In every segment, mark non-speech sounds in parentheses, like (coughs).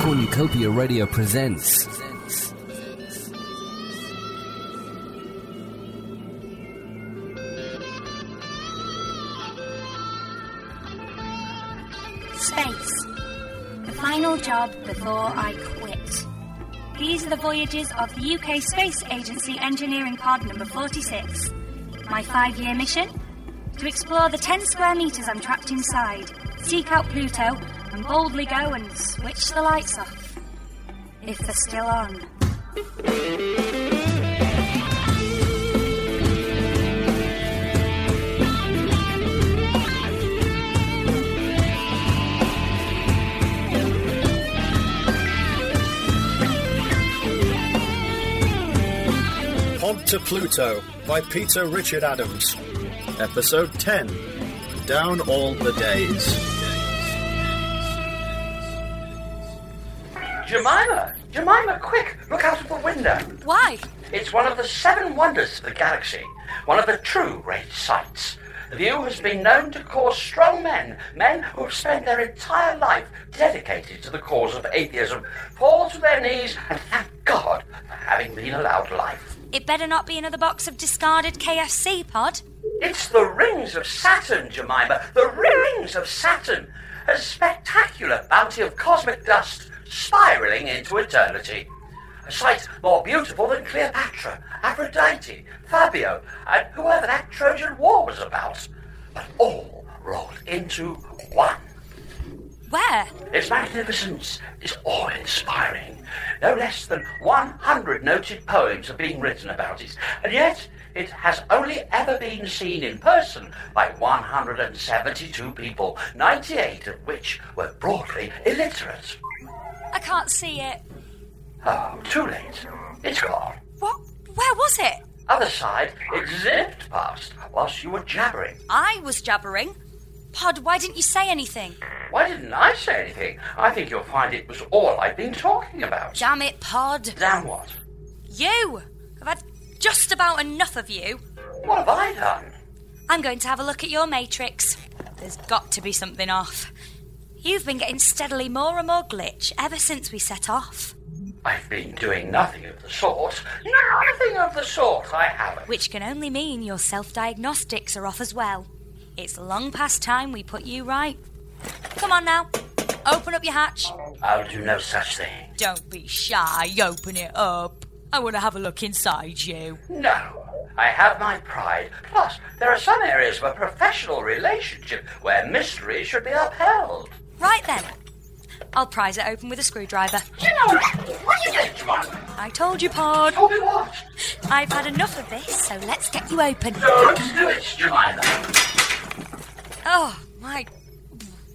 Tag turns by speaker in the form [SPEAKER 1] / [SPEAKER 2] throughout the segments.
[SPEAKER 1] Cornucopia Radio presents.
[SPEAKER 2] Space. The final job before I quit. These are the voyages of the UK Space Agency Engineering Pod number 46. My five year mission? To explore the 10 square metres I'm trapped inside, seek out Pluto, and boldly go and switch the lights off. If they're still on.
[SPEAKER 3] Pod to Pluto by Peter Richard Adams. Episode 10 Down All the Days.
[SPEAKER 4] Jemima! Jemima, quick! Look out of the window!
[SPEAKER 5] Why?
[SPEAKER 4] It's one of the seven wonders of the galaxy, one of the true great sights. The view has been known to cause strong men, men who have spent their entire life dedicated to the cause of atheism, fall to their knees and thank God for having been allowed life.
[SPEAKER 2] It better not be another box of discarded KFC, Pod.
[SPEAKER 4] It's the rings of Saturn, Jemima, the rings of Saturn! A spectacular bounty of cosmic dust spiraling into eternity. A sight more beautiful than Cleopatra, Aphrodite, Fabio, and whoever that Trojan War was about. But all rolled into one.
[SPEAKER 2] Where?
[SPEAKER 4] Its magnificence is awe-inspiring. No less than 100 noted poems have been written about it, and yet it has only ever been seen in person by 172 people, 98 of which were broadly illiterate.
[SPEAKER 2] I can't see it.
[SPEAKER 4] Oh, too late. It's gone.
[SPEAKER 2] What? Where was it?
[SPEAKER 4] Other side, it zipped past whilst you were jabbering.
[SPEAKER 2] I was jabbering. Pod, why didn't you say anything?
[SPEAKER 4] Why didn't I say anything? I think you'll find it was all I've been talking about.
[SPEAKER 2] Damn it, Pod.
[SPEAKER 4] Damn what?
[SPEAKER 2] You! I've had just about enough of you.
[SPEAKER 4] What have I done?
[SPEAKER 2] I'm going to have a look at your matrix. There's got to be something off. You've been getting steadily more and more glitch ever since we set off,
[SPEAKER 4] I've been doing nothing of the sort. Nothing of the sort, I haven't.
[SPEAKER 2] which can only mean your self diagnostics are off as well. It's long past time we put you right. Come on now, open up your hatch.
[SPEAKER 4] I'll do no such thing.
[SPEAKER 5] Don't be shy. Open it up. I want to have a look inside you.
[SPEAKER 4] No. I have my pride. Plus, there are some areas of a professional relationship where mystery should be upheld.
[SPEAKER 2] Right then, I'll prise it open with a screwdriver.
[SPEAKER 4] You know, what do you think, John?
[SPEAKER 2] I told you, Pod.
[SPEAKER 4] Tell me what?
[SPEAKER 2] I've had enough of this, so let's get you open.
[SPEAKER 4] Don't do it, Jemima.
[SPEAKER 2] Oh, my.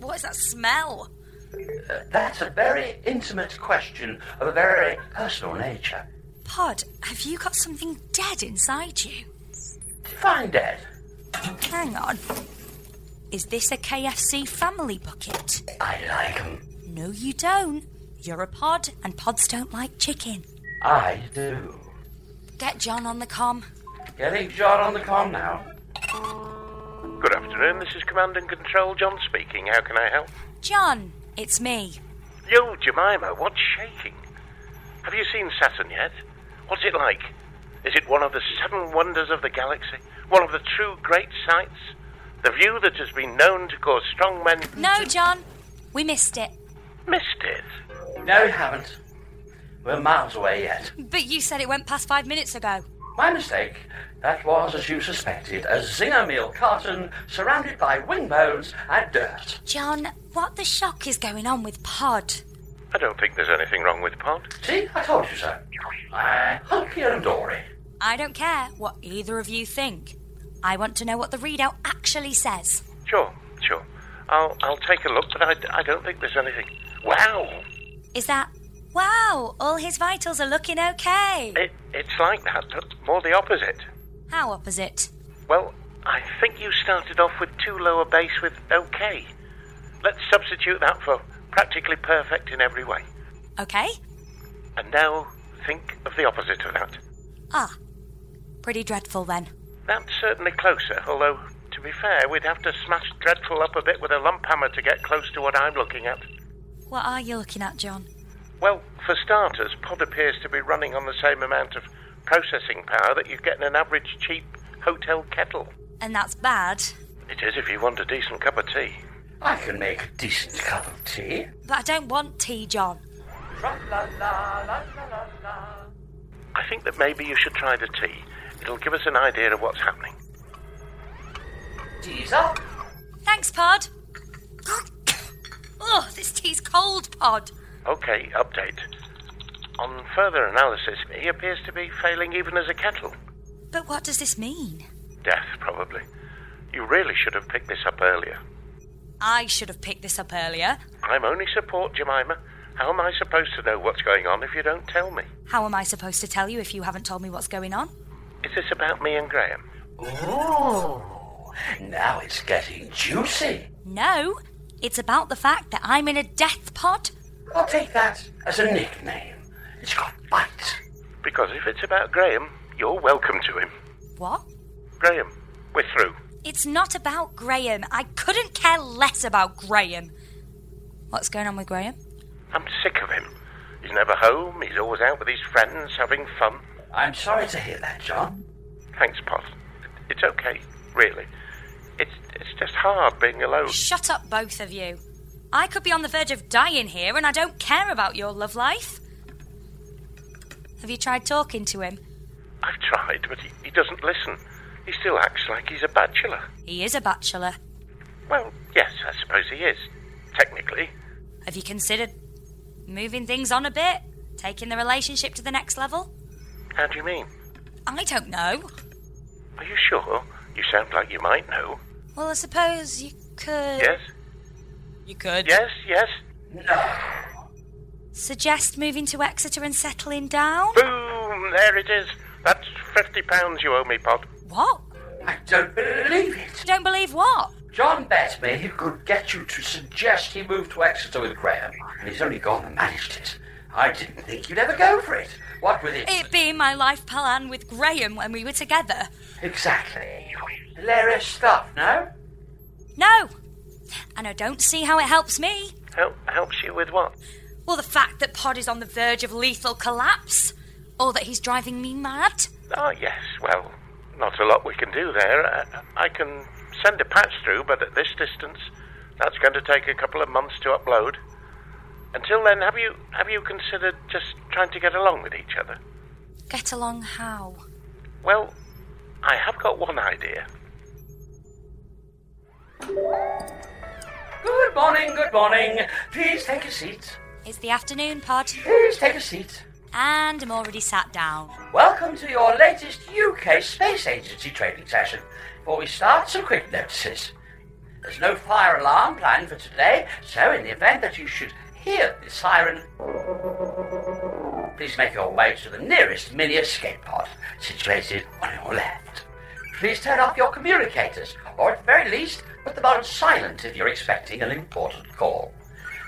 [SPEAKER 2] What is that smell?
[SPEAKER 4] Uh, That's a very intimate question of a very personal nature.
[SPEAKER 2] Pod, have you got something dead inside you?
[SPEAKER 4] Fine, Dad.
[SPEAKER 2] Hang on. Is this a KFC family bucket?
[SPEAKER 4] I like 'em.
[SPEAKER 2] No, you don't. You're a pod, and pods don't like chicken.
[SPEAKER 4] I do.
[SPEAKER 2] Get John on the com.
[SPEAKER 4] Getting John on the con now.
[SPEAKER 6] Good afternoon, this is Command and Control John speaking. How can I help?
[SPEAKER 2] John, it's me.
[SPEAKER 6] Yo, Jemima, what's shaking? Have you seen Saturn yet? What's it like? Is it one of the seven wonders of the galaxy? One of the true great sights? The view that has been known to cause strong men.
[SPEAKER 2] No, John, we missed it.
[SPEAKER 6] Missed it.
[SPEAKER 4] No, you haven't. We're miles away yet.
[SPEAKER 2] But you said it went past five minutes ago.
[SPEAKER 4] My mistake. That was, as you suspected, a zinger meal carton surrounded by wing bones and dirt.
[SPEAKER 2] John, what the shock is going on with Pod?
[SPEAKER 6] I don't think there's anything wrong with Pod.
[SPEAKER 4] See, I told you so. I hope you're Dory.
[SPEAKER 2] I don't care what either of you think. I want to know what the readout actually says.
[SPEAKER 6] Sure, sure. I'll, I'll take a look, but I, I don't think there's anything. Wow!
[SPEAKER 2] Is that, wow, all his vitals are looking okay?
[SPEAKER 6] It, it's like that, but more the opposite.
[SPEAKER 2] How opposite?
[SPEAKER 6] Well, I think you started off with too low a base with OK. Let's substitute that for practically perfect in every way.
[SPEAKER 2] Okay.
[SPEAKER 6] And now think of the opposite of that.
[SPEAKER 2] Ah, pretty dreadful then.
[SPEAKER 6] That's certainly closer, although, to be fair, we'd have to smash Dreadful up a bit with a lump hammer to get close to what I'm looking at.
[SPEAKER 2] What are you looking at, John?
[SPEAKER 6] Well, for starters, Pod appears to be running on the same amount of processing power that you get in an average cheap hotel kettle.
[SPEAKER 7] And that's bad.
[SPEAKER 6] It is if you want a decent cup of tea.
[SPEAKER 4] I can make a decent cup of tea.
[SPEAKER 7] But I don't want tea, John.
[SPEAKER 4] Tra la la la la la la.
[SPEAKER 6] I think that maybe you should try the tea. It'll give us an idea of what's happening.
[SPEAKER 4] Tea's up.
[SPEAKER 7] Thanks,
[SPEAKER 2] (coughs)
[SPEAKER 7] Pod. Ugh, this tea's cold, Pod.
[SPEAKER 6] Okay, update. On further analysis, he appears to be failing even as a kettle.
[SPEAKER 7] But what does this mean?
[SPEAKER 6] Death, probably. You really should have picked this up earlier.
[SPEAKER 2] I should have picked this up earlier.
[SPEAKER 6] I'm only support, Jemima. How am I supposed to know what's going on if you don't tell me?
[SPEAKER 2] How am I supposed to tell you if you haven't told me what's going on?
[SPEAKER 6] Is this about me and Graham?
[SPEAKER 4] Ooh, now it's getting juicy.
[SPEAKER 2] No, it's about the fact that I'm in a death pod.
[SPEAKER 4] I'll take that as a nickname. It's got bite.
[SPEAKER 6] Because if it's about Graham, you're welcome to him.
[SPEAKER 2] What?
[SPEAKER 6] Graham, we're through.
[SPEAKER 2] It's not about Graham. I couldn't care less about Graham. What's going on with Graham?
[SPEAKER 6] I'm sick of him. He's never home, he's always out with his friends having fun.
[SPEAKER 4] I'm sorry to hear that, John.
[SPEAKER 6] Thanks, Pot. It's okay, really. It's, it's just hard being alone.
[SPEAKER 2] Shut up, both of you. I could be on the verge of dying here, and I don't care about your love life. Have you tried talking to him?
[SPEAKER 6] I've tried, but he, he doesn't listen. He still acts like he's a bachelor.
[SPEAKER 2] He is a bachelor.
[SPEAKER 6] Well, yes, I suppose he is, technically.
[SPEAKER 2] Have you considered moving things on a bit? Taking the relationship to the next level?
[SPEAKER 6] How do you mean?
[SPEAKER 2] I don't know.
[SPEAKER 6] Are you sure? You sound like you might know.
[SPEAKER 2] Well, I suppose you could.
[SPEAKER 6] Yes,
[SPEAKER 2] You could.
[SPEAKER 6] yes, yes.
[SPEAKER 2] Suggest moving to Exeter and settling down?
[SPEAKER 6] Boom! There it is. That's fifty pounds you owe me, Pod.
[SPEAKER 2] What?
[SPEAKER 4] I don't believe it.
[SPEAKER 2] Don't believe what?
[SPEAKER 4] John bet me he could get you to suggest he moved to Exeter with Graham, and he's only gone and managed it. I didn't think you'd ever go for it. What with it?
[SPEAKER 2] It being my life plan with Graham when we were together.
[SPEAKER 4] Exactly. Hilarious stuff, no?
[SPEAKER 2] No. And I don't see how it helps me.
[SPEAKER 6] Help helps you with what?
[SPEAKER 2] Well, the fact that Pod is on the verge of lethal collapse, or that he's driving me mad.
[SPEAKER 6] Ah, yes. Well, not a lot we can do there. I, I can send a patch through, but at this distance, that's going to take a couple of months to upload. Until then, have you have you considered just trying to get along with each other?
[SPEAKER 2] Get along how?
[SPEAKER 6] Well, I have got one idea.
[SPEAKER 4] Good morning, good morning. Please take a seat.
[SPEAKER 2] It's the afternoon, Pod,
[SPEAKER 4] Please take a seat.
[SPEAKER 2] and I'm already sat down.
[SPEAKER 4] Welcome to your latest UK Space Agency training session. Before we start, some quick notices. There's no fire alarm planned for today, so in the event that you should hear the siren, please make your way to the nearest mini escape pod situated on your left. Please turn off your communicators, or at the very least, put them on silent if you're expecting an important call.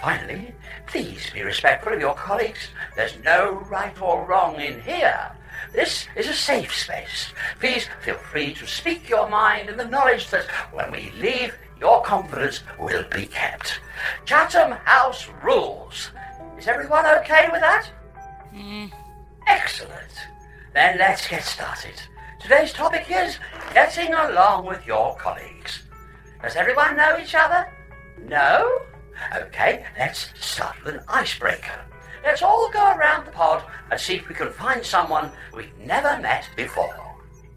[SPEAKER 4] Finally, please be respectful of your colleagues. There's no right or wrong in here. This is a safe space. Please feel free to speak your mind in the knowledge that when we leave, your confidence will be kept. Chatham House rules. Is everyone okay with that? Excellent. Then let's get started. Today's topic is getting along with your colleagues. Does everyone know each other? No? Okay, let's start with an icebreaker. Let's all go around the pod and see if we can find someone we've never met before.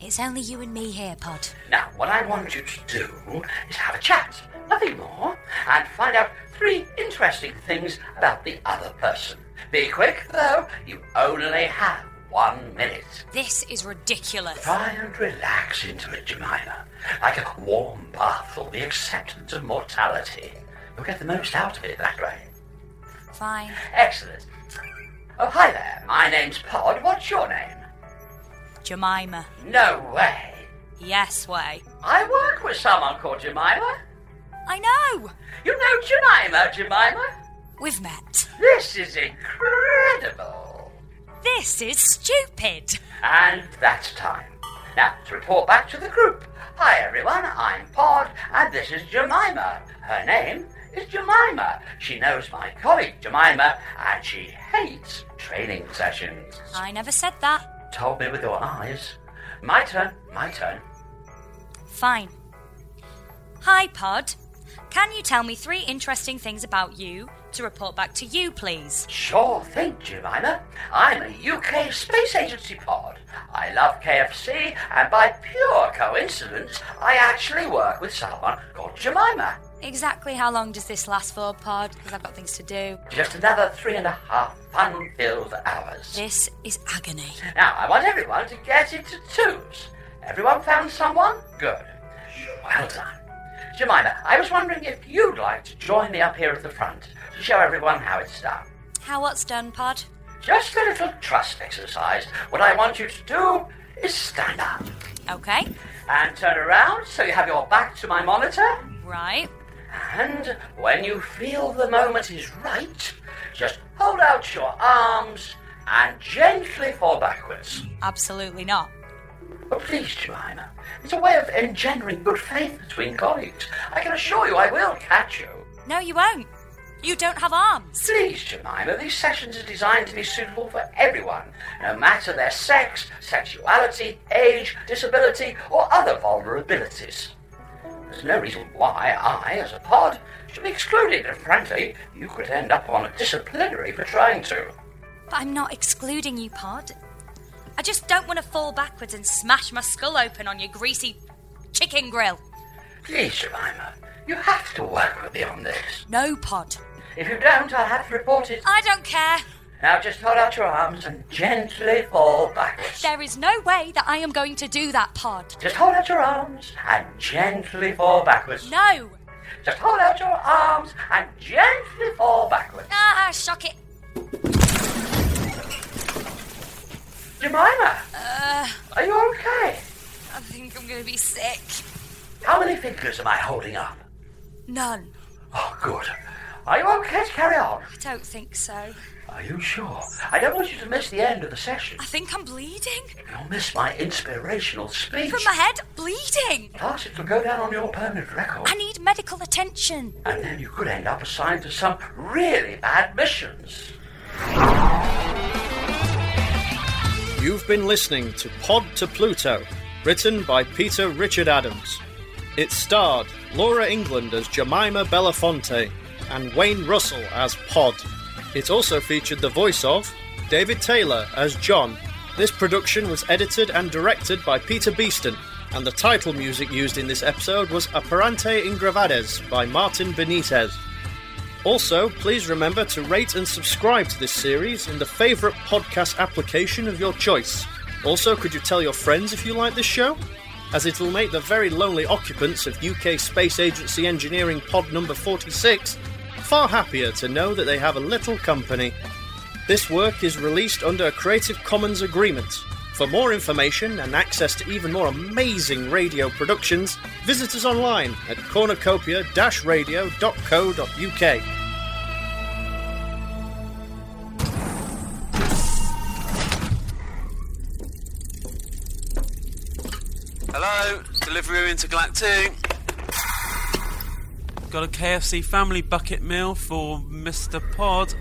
[SPEAKER 2] It's only you and me here, Pod.
[SPEAKER 4] Now, what I want you to do is have a chat, nothing more, and find out three interesting things about the other person. Be quick, though, you only have one minute.
[SPEAKER 2] This is ridiculous.
[SPEAKER 4] Try and relax into it, Jemima, like a warm bath or the acceptance of mortality. You'll get the most out of it that way.
[SPEAKER 2] Fine.
[SPEAKER 4] Excellent. Oh, hi there. My name's Pod. What's your name?
[SPEAKER 2] Jemima.
[SPEAKER 4] No way.
[SPEAKER 2] Yes, way.
[SPEAKER 4] I work with someone called Jemima.
[SPEAKER 2] I know.
[SPEAKER 4] You know Jemima, Jemima?
[SPEAKER 2] We've met.
[SPEAKER 4] This is incredible!
[SPEAKER 2] This is stupid.
[SPEAKER 4] And that's time. Now, to report back to the group, Hi everyone, I'm Pod, and this is Jemima. Her name is Jemima. She knows my colleague Jemima, and she hates training sessions.
[SPEAKER 2] I never said that.
[SPEAKER 4] Told me with your eyes. My turn, my turn.
[SPEAKER 2] Fine. Hi, Pod. Can you tell me three interesting things about you to report back to you, please?
[SPEAKER 4] Sure thing, Jemima. I'm a UK Space Agency pod. I love KFC, and by pure coincidence, I actually work with someone called Jemima.
[SPEAKER 2] Exactly how long does this last for, Pod? Because I've got things to do.
[SPEAKER 4] Just another three and a half fun filled hours.
[SPEAKER 2] This is agony.
[SPEAKER 4] Now, I want everyone to get into twos. Everyone found someone? Good. Well done. Jemima, I was wondering if you'd like to join me up here at the front to show everyone how it's done.
[SPEAKER 2] How what's done, Pod?
[SPEAKER 4] Just a little trust exercise. What I want you to do is stand up
[SPEAKER 2] Okay.
[SPEAKER 4] and turn around so you have your back to my monitor.
[SPEAKER 2] Right.
[SPEAKER 4] And when you feel the moment is right, just hold out your arms and gently fall backwards.
[SPEAKER 2] Absolutely not.
[SPEAKER 4] Oh, please, Jemima. It's a way of engendering good faith between colleagues. I can assure you I will catch you.
[SPEAKER 2] No, you won't. You don't have arms.
[SPEAKER 4] Please, Jemima, these sessions are designed to be suitable for everyone, no matter their sex, sexuality, age, disability, or other vulnerabilities. There's no reason why I, as a pod, should be excluded, and frankly, you could end up on a disciplinary for trying to.
[SPEAKER 2] But I'm not excluding you, Pod. I just don't want to fall backwards and smash my skull open on your greasy chicken grill.
[SPEAKER 4] Please, Jemima, you have to work with me on this.
[SPEAKER 2] No, Pod.
[SPEAKER 4] If you don't, I'll have to report it.
[SPEAKER 2] I don't care.
[SPEAKER 4] Now just hold out your arms and gently fall backwards.
[SPEAKER 2] There is no way that I am going to do that, Pod.
[SPEAKER 4] Just hold out your arms and gently fall backwards.
[SPEAKER 2] No.
[SPEAKER 4] Just hold out your arms and gently fall backwards.
[SPEAKER 2] Ah, shock it.
[SPEAKER 4] Jemima! Are you okay?
[SPEAKER 2] I think I'm going to be sick.
[SPEAKER 4] How many fingers am I holding up?
[SPEAKER 2] None.
[SPEAKER 4] Oh, good. Are you okay to carry on?
[SPEAKER 2] I don't think so.
[SPEAKER 4] Are you sure? I don't want you to miss the end of the session.
[SPEAKER 2] I think I'm bleeding.
[SPEAKER 4] You'll miss my inspirational speech.
[SPEAKER 2] From my head, bleeding.
[SPEAKER 4] Plus, it'll go down on your permanent record.
[SPEAKER 2] I need medical attention.
[SPEAKER 4] And then you could end up assigned to some really bad missions.
[SPEAKER 3] You've been listening to Pod to Pluto, written by Peter Richard Adams. It starred Laura England as Jemima Belafonte and Wayne Russell as Pod. It also featured the voice of David Taylor as John. This production was edited and directed by Peter Beeston, and the title music used in this episode was Apparente Ingravades by Martin Benitez. Also, please remember to rate and subscribe to this series in the favourite podcast application of your choice. Also, could you tell your friends if you like this show? As it'll make the very lonely occupants of UK Space Agency Engineering Pod number 46 far happier to know that they have a little company. This work is released under a Creative Commons agreement. For more information and access to even more amazing radio productions, visit us online at cornucopia-radio.co.uk.
[SPEAKER 8] Hello, delivery intergalactic. Got a KFC family bucket meal for Mr. Pod.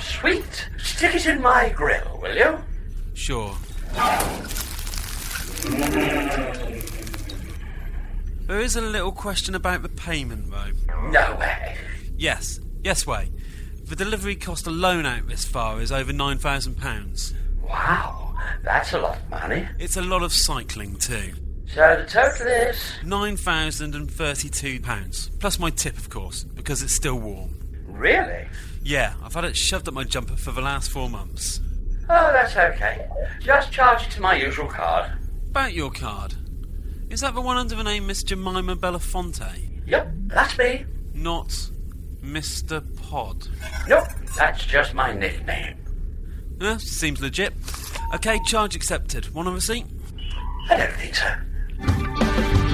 [SPEAKER 4] Sweet, stick it in my grill, will you?
[SPEAKER 8] Sure. There is a little question about the payment, though.
[SPEAKER 4] No way.
[SPEAKER 8] Yes, yes, way. The delivery cost alone out this far is over nine thousand pounds.
[SPEAKER 4] Wow, that's a lot of money.
[SPEAKER 8] It's a lot of cycling too.
[SPEAKER 4] So the total is
[SPEAKER 8] Nine thousand and thirty-two pounds plus my tip, of course, because it's still warm.
[SPEAKER 4] really.
[SPEAKER 8] Yeah, I've had it shoved up my jumper for the last four months.
[SPEAKER 4] Oh, that's okay. Just charge it to my usual card.
[SPEAKER 8] About your card. Is that the one under the name Miss Jemima Belafonte?
[SPEAKER 4] Yep, that's me.
[SPEAKER 8] Not Mr. Pod.
[SPEAKER 4] Nope, that's just my nickname.
[SPEAKER 8] Eh, seems legit. Okay, charge accepted. Want a receipt?
[SPEAKER 4] I don't think so.